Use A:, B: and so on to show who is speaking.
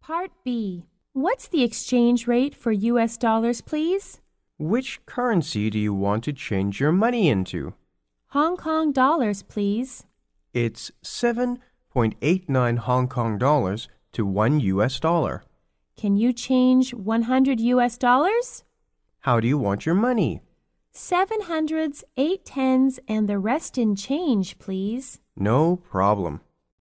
A: Part B. What's the exchange rate for US dollars, please?
B: Which currency do you want to change your money into?
A: Hong Kong dollars, please.
B: It's 7.89 Hong Kong dollars to 1 US dollar.
A: Can you change 100 US dollars?
B: How do you want your money?
A: Seven hundreds, eight tens, and the rest in change, please.
B: No problem.